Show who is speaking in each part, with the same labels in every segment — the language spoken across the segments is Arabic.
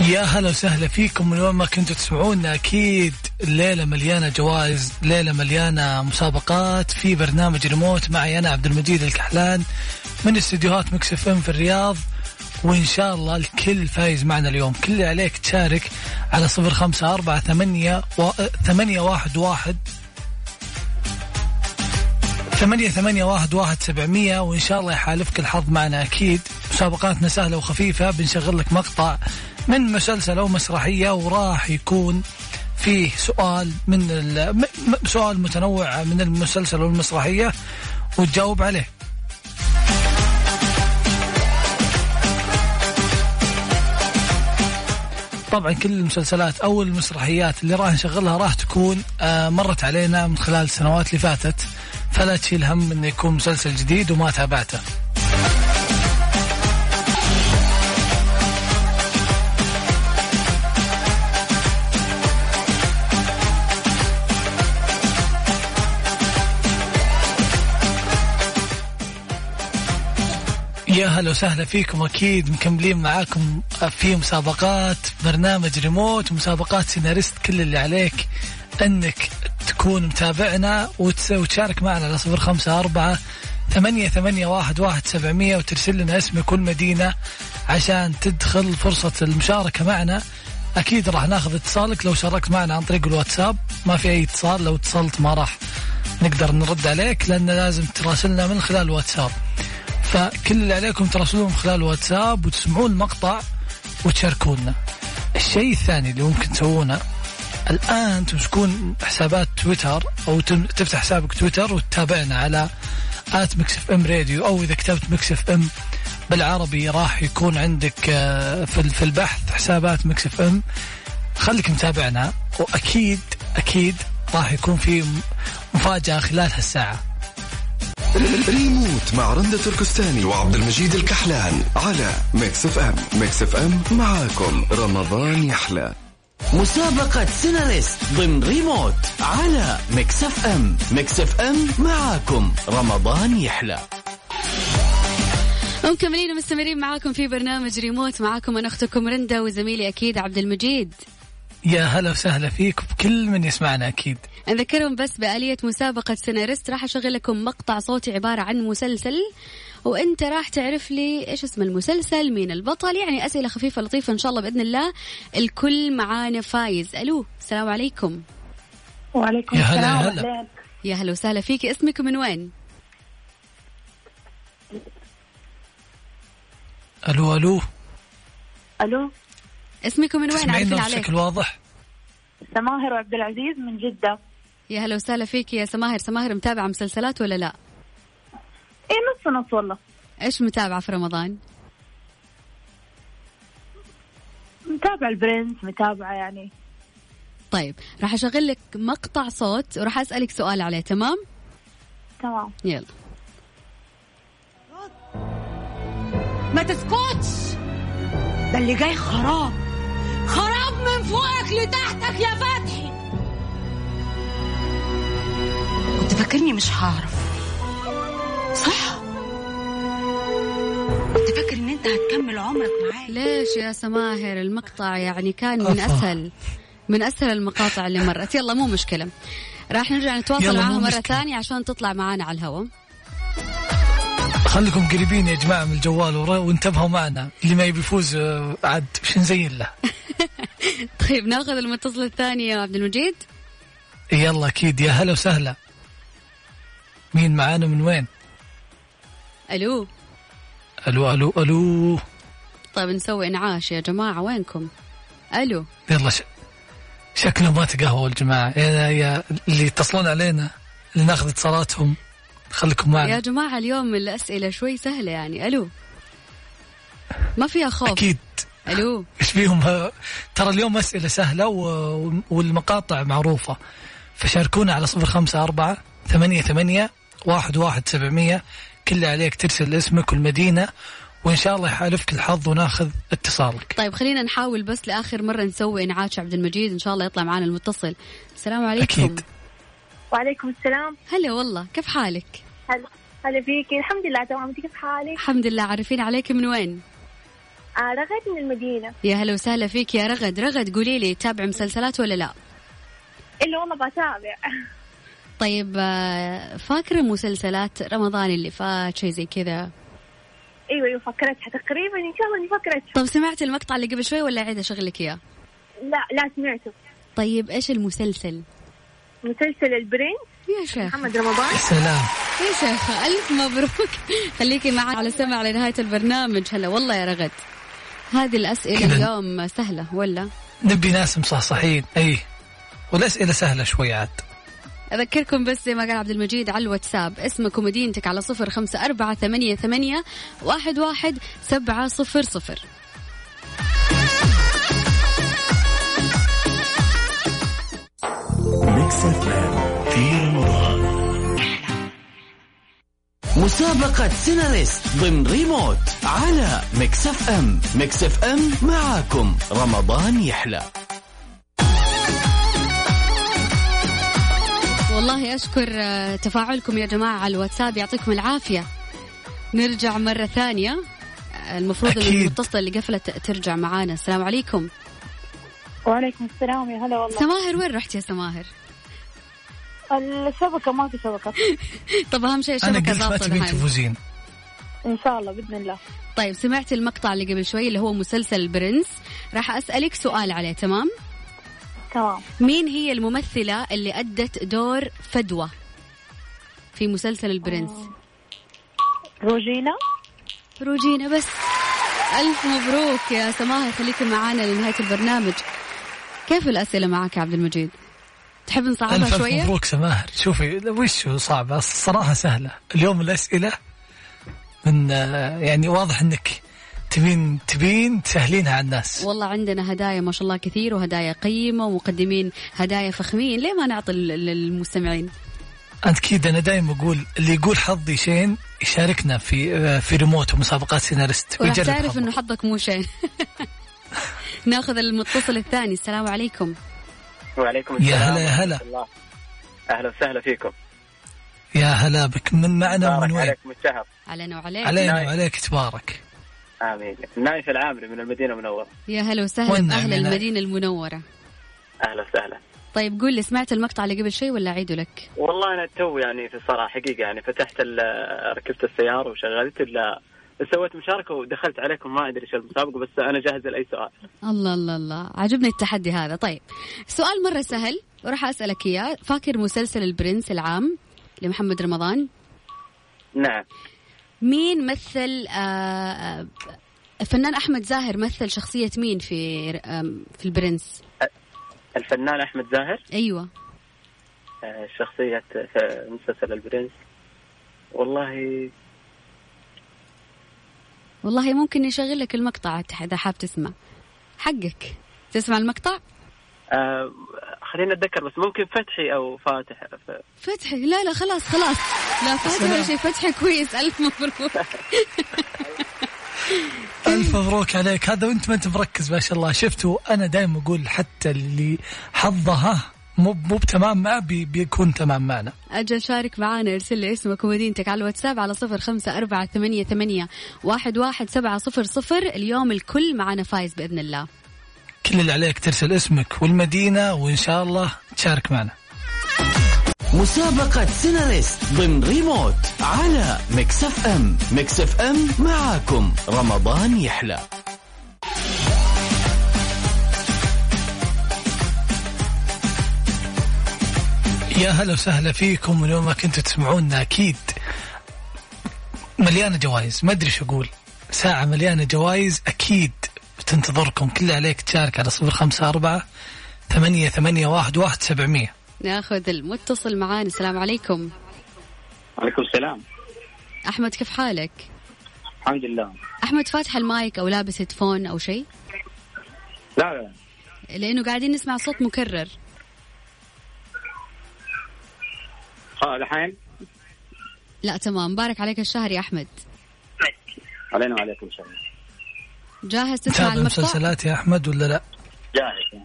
Speaker 1: يا هلا وسهلا فيكم من وين ما كنتوا تسمعونا اكيد الليله مليانه جوائز، ليله مليانه مسابقات في برنامج ريموت معي انا عبد المجيد الكحلان من استديوهات مكس اف ام في الرياض وان شاء الله الكل فايز معنا اليوم، كل اللي عليك تشارك على صفر خمسة أربعة ثمانية, و... ثمانية واحد واحد ثمانية ثمانية واحد واحد سبعمية وإن شاء الله يحالفك الحظ معنا أكيد مسابقاتنا سهلة وخفيفة بنشغل لك مقطع من مسلسل أو مسرحية وراح يكون فيه سؤال من ال... م- م- سؤال متنوع من المسلسل أو المسرحية وتجاوب عليه طبعا كل المسلسلات او المسرحيات اللي راح نشغلها راح تكون آه، مرت علينا من خلال السنوات اللي فاتت فلا تشيل هم انه يكون مسلسل جديد وما تابعته يا هلا وسهلا فيكم اكيد مكملين معاكم في مسابقات برنامج ريموت ومسابقات سيناريست كل اللي عليك انك تكون متابعنا وتس- وتشارك معنا على صفر خمسة أربعة ثمانية ثمانية واحد واحد سبعمية وترسل لنا اسمك والمدينة عشان تدخل فرصة المشاركة معنا أكيد راح ناخذ اتصالك لو شاركت معنا عن طريق الواتساب ما في أي اتصال لو اتصلت ما راح نقدر نرد عليك لأن لازم تراسلنا من خلال الواتساب فكل اللي عليكم تراسلون من خلال الواتساب وتسمعون المقطع وتشاركونا الشيء الثاني اللي ممكن تسوونه الان تمسكون حسابات تويتر او تم- تفتح حسابك تويتر وتتابعنا على ات ميكس اف ام راديو او اذا كتبت ميكس اف ام بالعربي راح يكون عندك آه، في ال- في البحث حسابات ميكس اف ام خليك متابعنا واكيد اكيد راح يكون في م- مفاجاه خلال هالساعه
Speaker 2: ريموت مع رندة تركستاني وعبد المجيد الكحلان على ميكس اف ام ميكس اف ام معاكم رمضان يحلى
Speaker 3: مسابقة سيناريست ضمن ريموت على ميكس اف ام ميكس اف ام معاكم رمضان يحلى
Speaker 4: ومكملين ومستمرين معاكم في برنامج ريموت معاكم انا اختكم رندا وزميلي اكيد عبد المجيد
Speaker 1: يا هلا وسهلا فيك بكل من يسمعنا اكيد
Speaker 4: اذكرهم بس بآلية مسابقة سيناريست راح اشغل لكم مقطع صوتي عبارة عن مسلسل وانت راح تعرف لي ايش اسم المسلسل مين البطل يعني اسئلة خفيفة لطيفة ان شاء الله باذن الله الكل معانا فايز الو السلام عليكم
Speaker 5: وعليكم
Speaker 1: يا هلا
Speaker 5: السلام
Speaker 1: يا هلا.
Speaker 5: أهلين.
Speaker 4: يا هلا وسهلا فيك اسمك من وين
Speaker 1: الو الو
Speaker 5: الو
Speaker 4: اسمك من وين عرفنا
Speaker 1: تسمعينا
Speaker 4: عليك
Speaker 1: بشكل واضح
Speaker 5: سماهر وعبد العزيز من جدة
Speaker 4: يا هلا وسهلا فيك يا سماهر سماهر متابعة مسلسلات ولا لا
Speaker 5: اي إيه، نص نص والله
Speaker 4: ايش متابعة في رمضان
Speaker 5: متابعة البرنس متابعة يعني
Speaker 4: طيب راح اشغل لك مقطع صوت وراح اسالك سؤال عليه تمام
Speaker 5: تمام
Speaker 4: يلا
Speaker 6: ما تسكتش ده اللي جاي خراب خراب من فوقك لتحتك يا فتحي كنت فاكرني مش هعرف صح كنت فاكر ان انت هتكمل عمرك معايا
Speaker 4: ليش يا سماهر المقطع يعني كان من
Speaker 1: أفا.
Speaker 4: اسهل من اسهل المقاطع اللي مرت يلا مو مشكله راح نرجع نتواصل
Speaker 1: يلا،
Speaker 4: معها
Speaker 1: مو
Speaker 4: مره
Speaker 1: مشكلة.
Speaker 4: ثانيه عشان تطلع معانا على الهواء
Speaker 1: خليكم قريبين يا جماعه من الجوال ورا- وانتبهوا معنا اللي ما يبي يفوز آه، عاد مش نزين له
Speaker 4: طيب ناخذ المتصل الثاني يا عبد المجيد
Speaker 1: يلا اكيد يا هلا وسهلا مين معانا من وين
Speaker 4: الو
Speaker 1: الو الو الو
Speaker 4: طيب نسوي انعاش يا جماعه وينكم الو
Speaker 1: يلا ش... شكله ما تقهوى الجماعه يا, يا اللي يتصلون علينا اللي ناخذ اتصالاتهم خليكم
Speaker 4: يا
Speaker 1: معنا
Speaker 4: جماعه اليوم الاسئله شوي سهله يعني الو ما فيها خوف
Speaker 1: اكيد
Speaker 4: الو
Speaker 1: ايش فيهم ها- ترى اليوم اسئله سهله و... والمقاطع معروفه فشاركونا على صفر خمسة أربعة ثمانية ثمانية واحد واحد سبعمية كل اللي عليك ترسل اسمك والمدينة وإن شاء الله يحالفك الحظ وناخذ اتصالك
Speaker 4: طيب خلينا نحاول بس لاخر مره نسوي انعاش عبد المجيد ان شاء الله يطلع معنا المتصل السلام عليكم
Speaker 1: أكيد.
Speaker 5: وعليكم السلام
Speaker 4: هلا والله كيف حالك
Speaker 5: هلا هلا فيكي الحمد لله تمام انت كيف حالك
Speaker 4: الحمد لله عارفين عليك من وين
Speaker 5: آه، رغد من المدينة
Speaker 4: يا هلا وسهلا فيك يا رغد رغد قولي لي تتابع مسلسلات ولا لا
Speaker 5: إلا والله بتابع
Speaker 4: طيب آه، فاكرة مسلسلات رمضان اللي فات شيء زي كذا
Speaker 5: أيوة أيوة فكرتها تقريبا إن شاء الله إني فكرتها
Speaker 4: طب طيب، سمعت المقطع اللي قبل شوي ولا عيد أشغل لك إياه
Speaker 5: لا لا سمعته
Speaker 4: طيب إيش المسلسل
Speaker 5: مسلسل البرنس
Speaker 4: يا شيخ
Speaker 5: محمد رمضان
Speaker 1: سلام
Speaker 4: يا شيخ إيه ألف مبروك خليكي معنا على السمع لنهاية البرنامج هلا والله يا رغد هذه الأسئلة
Speaker 1: كذا.
Speaker 4: اليوم سهلة ولا
Speaker 1: نبي ناس مصحصحين اي والاسئله سهله شوي عاد
Speaker 4: أذكركم بس زي ما قال عبد المجيد على الواتساب اسمك ومدينتك على صفر خمسة أربعة ثمانية ثمانية واحد واحد سبعة صفر صفر
Speaker 3: ميكس اف ام في رمضان مسابقة سيناريست ضمن ريموت على ميكس اف ام ميكس اف ام معاكم رمضان يحلى
Speaker 4: والله أشكر آه، تفاعلكم يا جماعة على الواتساب يعطيكم العافية نرجع مرة ثانية آه، المفروض إن
Speaker 1: أكيد.
Speaker 4: المتصلة اللي قفلت ترجع معانا السلام عليكم
Speaker 5: وعليكم السلام يا هلا والله
Speaker 4: سماهر وين رحت يا سماهر
Speaker 5: الشبكة ما في شبكة
Speaker 4: طب أهم شيء
Speaker 1: انا
Speaker 4: الشبكة
Speaker 1: قلت ما
Speaker 4: ضابطة
Speaker 1: تبين
Speaker 4: الحين.
Speaker 1: تفوزين
Speaker 5: إن شاء الله بإذن الله
Speaker 4: طيب سمعت المقطع اللي قبل شوي اللي هو مسلسل البرنس راح أسألك سؤال عليه تمام
Speaker 5: تمام
Speaker 4: مين هي الممثلة اللي أدت دور فدوى في مسلسل البرنس
Speaker 5: روجينا
Speaker 4: روجينا بس ألف مبروك يا سماها خليكي معانا لنهاية البرنامج كيف الأسئلة معك يا عبد المجيد تحب
Speaker 1: الف
Speaker 4: نصعبها
Speaker 1: الف
Speaker 4: شوية
Speaker 1: مبروك سماهر شوفي وش هو صعبه الصراحه سهله اليوم الاسئله من آه، يعني واضح انك تبين تبين تسهلينها على الناس
Speaker 4: والله عندنا هدايا ما شاء الله كثير وهدايا قيمة ومقدمين هدايا فخمين ليه ما نعطي لل- للمستمعين
Speaker 1: انت كيد انا دائما اقول اللي يقول حظي شين يشاركنا في آه، في ريموت ومسابقات سيناريست
Speaker 4: وراح
Speaker 1: ويجرب
Speaker 4: تعرف
Speaker 1: حظه.
Speaker 4: انه حظك مو شين ناخذ المتصل الثاني السلام عليكم
Speaker 7: وعليكم
Speaker 1: يا
Speaker 7: السلام
Speaker 1: هلا يا هلا.
Speaker 7: ورحمة الله. اهلا وسهلا فيكم
Speaker 1: يا هلا بك من معنا
Speaker 7: بارك
Speaker 1: ومن وين
Speaker 7: عليكم الشهر
Speaker 4: علينا وعليك
Speaker 1: علينا
Speaker 7: نايف.
Speaker 1: وعليك تبارك
Speaker 7: امين نايف العامري من المدينه المنوره
Speaker 4: يا هلا وسهلا
Speaker 1: والنعم
Speaker 4: باهل
Speaker 1: بالله.
Speaker 4: المدينه المنوره
Speaker 7: اهلا وسهلا
Speaker 4: طيب قول لي سمعت المقطع اللي قبل شوي ولا اعيده لك
Speaker 7: والله انا تو يعني في الصراحه حقيقه يعني فتحت ال- ركبت السياره وشغلت ال- سويت مشاركه ودخلت عليكم ما ادري ايش المسابقه بس انا جاهز لاي سؤال
Speaker 4: الله الله الله عجبني التحدي هذا طيب سؤال مره سهل وراح اسالك اياه فاكر مسلسل البرنس العام لمحمد رمضان
Speaker 7: نعم
Speaker 4: مين مثل آه، الفنان احمد زاهر مثل شخصيه مين في آم، في البرنس
Speaker 7: الفنان احمد زاهر
Speaker 4: ايوه
Speaker 7: آه، شخصيه في مسلسل البرنس والله
Speaker 4: والله ممكن يشغل لك المقطع عاد اذا حاب تسمع حقك تسمع المقطع
Speaker 7: آه، خلينا اتذكر بس ممكن فتحي او فاتح ف-
Speaker 4: فتحي لا لا خلاص خلاص لا فاتح ولا شيء فتحي كويس الف مبروك
Speaker 1: الف مبروك عليك هذا وانت ما انت مركز ما شاء الله شفته انا دائما اقول حتى اللي حظها مو مو بتمام معه بي- بيكون تمام معنا
Speaker 4: اجل شارك معانا ارسل لي اسمك ومدينتك على الواتساب على صفر خمسة أربعة ثمانية ثمانية واحد واحد سبعة صفر صفر اليوم الكل معانا فايز بإذن الله
Speaker 1: كل اللي عليك ترسل اسمك والمدينه وان شاء الله تشارك معنا
Speaker 3: مسابقة سيناريست ضمن ريموت على ميكس اف ام ميكس اف ام معاكم رمضان يحلى
Speaker 1: يا هلا وسهلا فيكم واليوم ما كنتوا تسمعونا اكيد مليانه جوائز ما ادري شو اقول ساعه مليانه جوائز اكيد بتنتظركم كل اللي عليك تشارك على صفر خمسة أربعة ثمانية ثمانية واحد واحد سبعمية
Speaker 4: ناخذ المتصل معانا السلام عليكم
Speaker 8: عليكم السلام
Speaker 4: أحمد كيف حالك
Speaker 8: الحمد لله
Speaker 4: أحمد فاتح المايك أو لابس هيدفون أو شيء
Speaker 8: لا لا
Speaker 4: لأنه قاعدين نسمع صوت مكرر
Speaker 8: خ- الحين
Speaker 4: لا تمام بارك عليك الشهر يا أحمد
Speaker 8: علينا وعليكم السلام
Speaker 4: جاهز تسمع
Speaker 1: تتابع
Speaker 4: المقطع
Speaker 1: مسلسلات يا أحمد ولا لا
Speaker 8: جاهز
Speaker 1: الله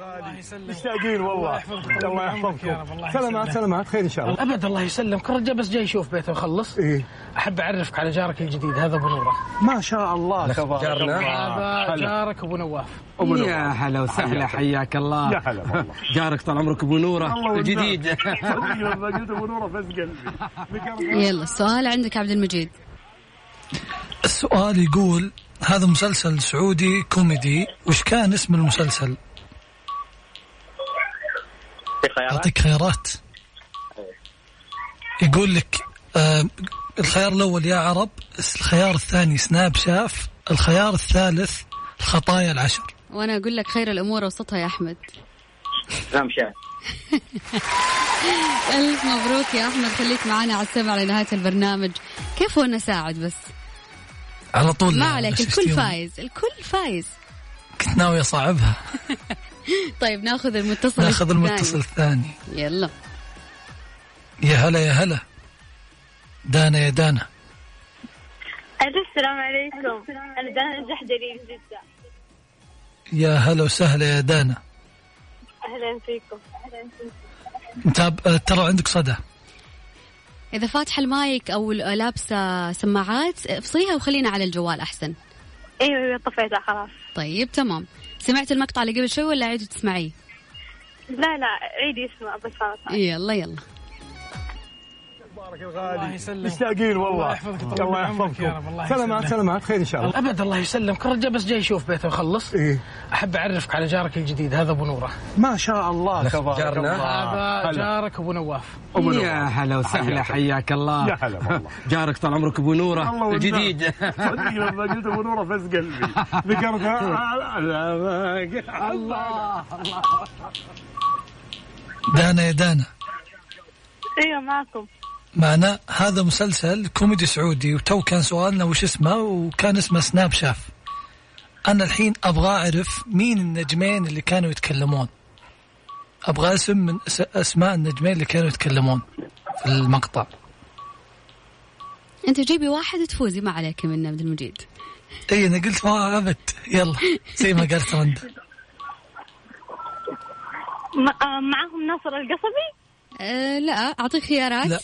Speaker 9: غالي
Speaker 1: يسلمك
Speaker 9: مشتاقين والله
Speaker 1: يحفظك.
Speaker 9: الله
Speaker 1: عمرك يا رب، الله
Speaker 9: يحفظكم
Speaker 1: يسلمك.
Speaker 9: سلامات سلامات خير ان شاء الله
Speaker 1: ابد الله يسلمك الرجال بس جاي يشوف بيته ويخلص
Speaker 9: إيه.
Speaker 1: احب اعرفك على جارك الجديد هذا ابو نوره
Speaker 9: ما شاء الله تبارك
Speaker 10: جارنا.
Speaker 1: هذا
Speaker 9: هلا.
Speaker 1: جارك ابو نواف
Speaker 9: أبو نور.
Speaker 10: يا هلا وسهلا حياك الله
Speaker 9: يا هلا والله.
Speaker 10: جارك طال عمرك ابو نوره
Speaker 9: الله
Speaker 10: الجديد
Speaker 9: صدق والله قلت ابو نوره فز قلبي بقلبي.
Speaker 4: يلا السؤال عندك عبد المجيد
Speaker 1: السؤال يقول هذا مسلسل سعودي كوميدي وش كان اسم المسلسل
Speaker 7: في خيارات
Speaker 1: اعطيك خيارات يقول لك آه الخيار الاول يا عرب الخيار الثاني سناب شاف الخيار الثالث الخطايا العشر
Speaker 4: وانا اقول لك خير الامور اوسطها يا احمد
Speaker 8: سلام شاهد
Speaker 4: الف مبروك يا احمد خليك معنا على السمع لنهايه البرنامج كيف وانا ساعد بس
Speaker 1: على طول
Speaker 4: ما عليك
Speaker 1: شو
Speaker 4: الكل
Speaker 1: يستوي؟
Speaker 4: فايز الكل فايز
Speaker 1: كنت ناوي اصعبها
Speaker 4: طيب ناخذ المتصل
Speaker 1: ناخذ
Speaker 4: الثاني.
Speaker 1: المتصل الثاني
Speaker 4: يلا
Speaker 1: يا هلا يا هلا دانا يا دانا
Speaker 5: ألو السلام عليكم أنا دانا الجحدري من جدة
Speaker 1: يا هلا وسهلا يا دانا
Speaker 5: أهلا فيكم
Speaker 1: متاب... آه، ترى عندك صدى
Speaker 4: اذا فاتحه المايك او لابسه سماعات افصيها وخلينا على الجوال احسن
Speaker 5: أيوه أيوه طفيتها خلاص
Speaker 4: طيب تمام سمعت المقطع اللي قبل شوي ولا عيد تسمعيه
Speaker 5: لا لا عيدي اسمع بس خلاص
Speaker 4: يلا يلا
Speaker 9: تبارك
Speaker 1: الله
Speaker 9: الغالي
Speaker 1: يسلمك.
Speaker 9: مشتاقين
Speaker 1: الله
Speaker 9: والله
Speaker 1: يحفظك طول
Speaker 9: الله
Speaker 1: عمرك يا رب،
Speaker 9: يحفظكم
Speaker 1: الله
Speaker 9: سلامات
Speaker 1: يسلمك.
Speaker 9: سلامات خير ان شاء الله
Speaker 1: ابد الله يسلمك الرجال بس جاي يشوف بيته ويخلص
Speaker 9: إيه.
Speaker 1: احب اعرفك على جارك الجديد هذا ابو نوره
Speaker 9: ما شاء الله تبارك
Speaker 10: جارنا.
Speaker 9: الله
Speaker 1: هذا
Speaker 9: هلا.
Speaker 1: جارك ابو نواف
Speaker 9: أبو نور.
Speaker 10: يا هلا وسهلا حياك الله
Speaker 9: يا هلا والله.
Speaker 10: جارك طال عمرك ابو
Speaker 9: الله
Speaker 10: نوره
Speaker 9: والنور.
Speaker 10: الجديد
Speaker 9: صدق لما قلت ابو نوره فز قلبي ذكرتها الله
Speaker 1: دانا يا دانا
Speaker 5: أيوه معكم
Speaker 1: معنا هذا مسلسل كوميدي سعودي وتو كان سؤالنا وش اسمه وكان اسمه سناب شاف انا الحين ابغى اعرف مين النجمين اللي كانوا يتكلمون ابغى اسم من أس- اسماء النجمين اللي كانوا يتكلمون في المقطع
Speaker 4: انت جيبي واحد وتفوزي ما عليك من عبد المجيد
Speaker 1: اي انا إيه، قلت ما ابد يلا زي ما قالت رندا
Speaker 5: م- آه، معاهم ناصر القصبي
Speaker 4: أه لا اعطيك خيارات
Speaker 1: لا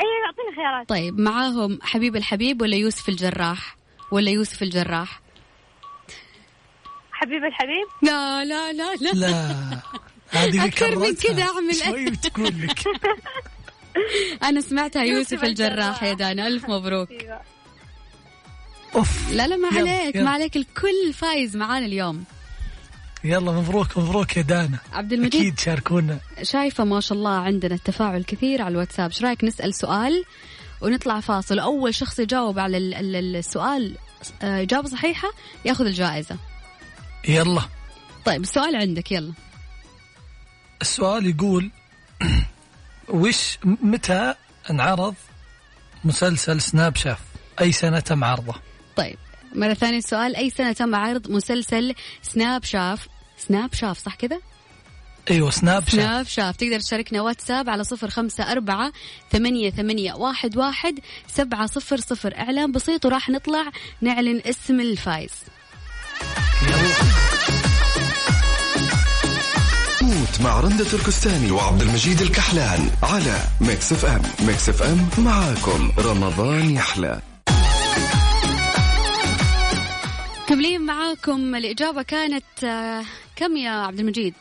Speaker 5: أيوه أعطيني خيارات
Speaker 4: طيب معاهم حبيب الحبيب ولا يوسف الجراح ولا يوسف الجراح
Speaker 5: حبيب الحبيب
Speaker 4: لا لا لا لا,
Speaker 1: لا هذه
Speaker 4: أكثر من
Speaker 1: كررتها.
Speaker 4: كده أعمل إيه؟
Speaker 1: شوي بتقول لك
Speaker 4: انا سمعتها يوسف,
Speaker 5: يوسف
Speaker 4: الجراح
Speaker 5: الجراح.
Speaker 4: يا دانا الف مبروك
Speaker 5: أيوه
Speaker 1: اوف
Speaker 4: لا لا ما
Speaker 1: يلا،
Speaker 4: عليك
Speaker 1: يلا.
Speaker 4: ما عليك الكل فايز معانا اليوم
Speaker 1: يلا مبروك مبروك يا دانا
Speaker 4: عبد المجيد
Speaker 1: اكيد شاركونا
Speaker 4: شايفه ما شاء الله عندنا التفاعل كثير على الواتساب ايش رايك نسال سؤال ونطلع فاصل اول شخص يجاوب على ال- ال- السؤال آه، اجابه صحيحه ياخذ الجائزه
Speaker 1: يلا
Speaker 4: طيب السؤال عندك يلا
Speaker 1: السؤال يقول وش متى انعرض مسلسل سناب شاف اي سنه تم عرضه
Speaker 4: طيب مرة ثانية السؤال أي سنة تم عرض مسلسل سناب شاف سناب شاف صح كذا؟
Speaker 1: ايوه سناب شاف
Speaker 4: سناب شاف تقدر تشاركنا واتساب على صفر خمسة أربعة ثمانية, ثمانية واحد, واحد سبعة صفر صفر إعلان بسيط وراح نطلع نعلن اسم الفايز
Speaker 2: كوت مع رندة تركستاني وعبد المجيد الكحلان على ميكس اف ام ميكس اف ام معاكم رمضان يحلى
Speaker 4: كملين معاكم الإجابة كانت آه، كم يا عبد المجيد؟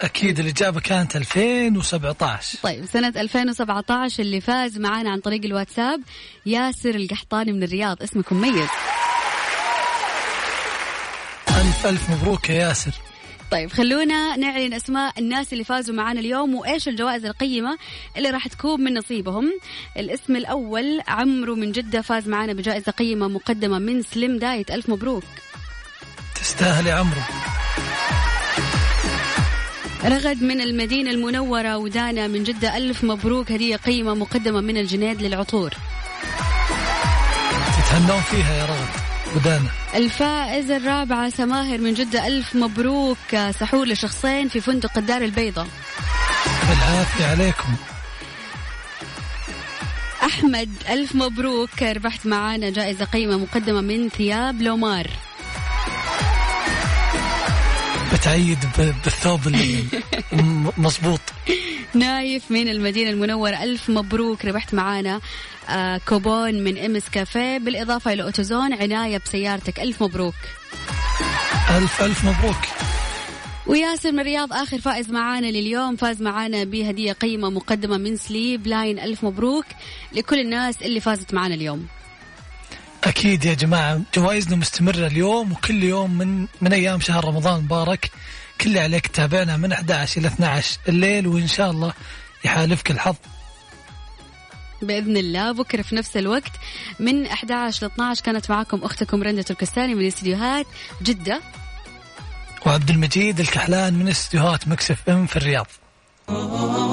Speaker 1: اكيد الاجابه كانت 2017
Speaker 4: طيب سنة 2017 اللي فاز معانا عن طريق الواتساب ياسر القحطاني من الرياض اسمكم مميز
Speaker 1: الف الف مبروك يا ياسر
Speaker 4: طيب خلونا نعلن اسماء الناس اللي فازوا معانا اليوم وايش الجوائز القيمه اللي راح تكون من نصيبهم الاسم الاول عمرو من جده فاز معانا بجائزه قيمه مقدمه من سليم دايت الف مبروك
Speaker 1: تستاهل يا عمرو
Speaker 4: رغد من المدينه المنوره ودانا من جده الف مبروك هديه قيمه مقدمه من الجنيد للعطور
Speaker 1: تتهنون فيها يا رغد ودانا
Speaker 4: الفائزه الرابعه سماهر من جده الف مبروك سحور لشخصين في فندق الدار البيضاء
Speaker 1: بالعافيه عليكم
Speaker 4: احمد الف مبروك ربحت معانا جائزه قيمه مقدمه من ثياب لومار
Speaker 1: تعيد ب- بالثوب اللي م- مظبوط
Speaker 4: نايف من المدينة المنورة ألف مبروك ربحت معانا آه كوبون من إمس كافيه بالإضافة إلى أوتوزون عناية بسيارتك ألف مبروك
Speaker 1: ألف ألف مبروك
Speaker 4: وياسر من الرياض آخر فائز معانا لليوم فاز معانا بهدية قيمة مقدمة من سليب لاين ألف مبروك لكل الناس اللي فازت معانا اليوم
Speaker 1: أكيد يا جماعة جوائزنا مستمرة اليوم وكل يوم من من أيام شهر رمضان المبارك كل اللي عليك تتابعنا من 11 إلى 12 الليل وإن شاء الله يحالفك الحظ
Speaker 4: بإذن الله بكرة في نفس الوقت من 11 ل 12 كانت معاكم أختكم رندة تركستاني من استديوهات جدة
Speaker 1: وعبد المجيد الكحلان من استديوهات مكسف ام في الرياض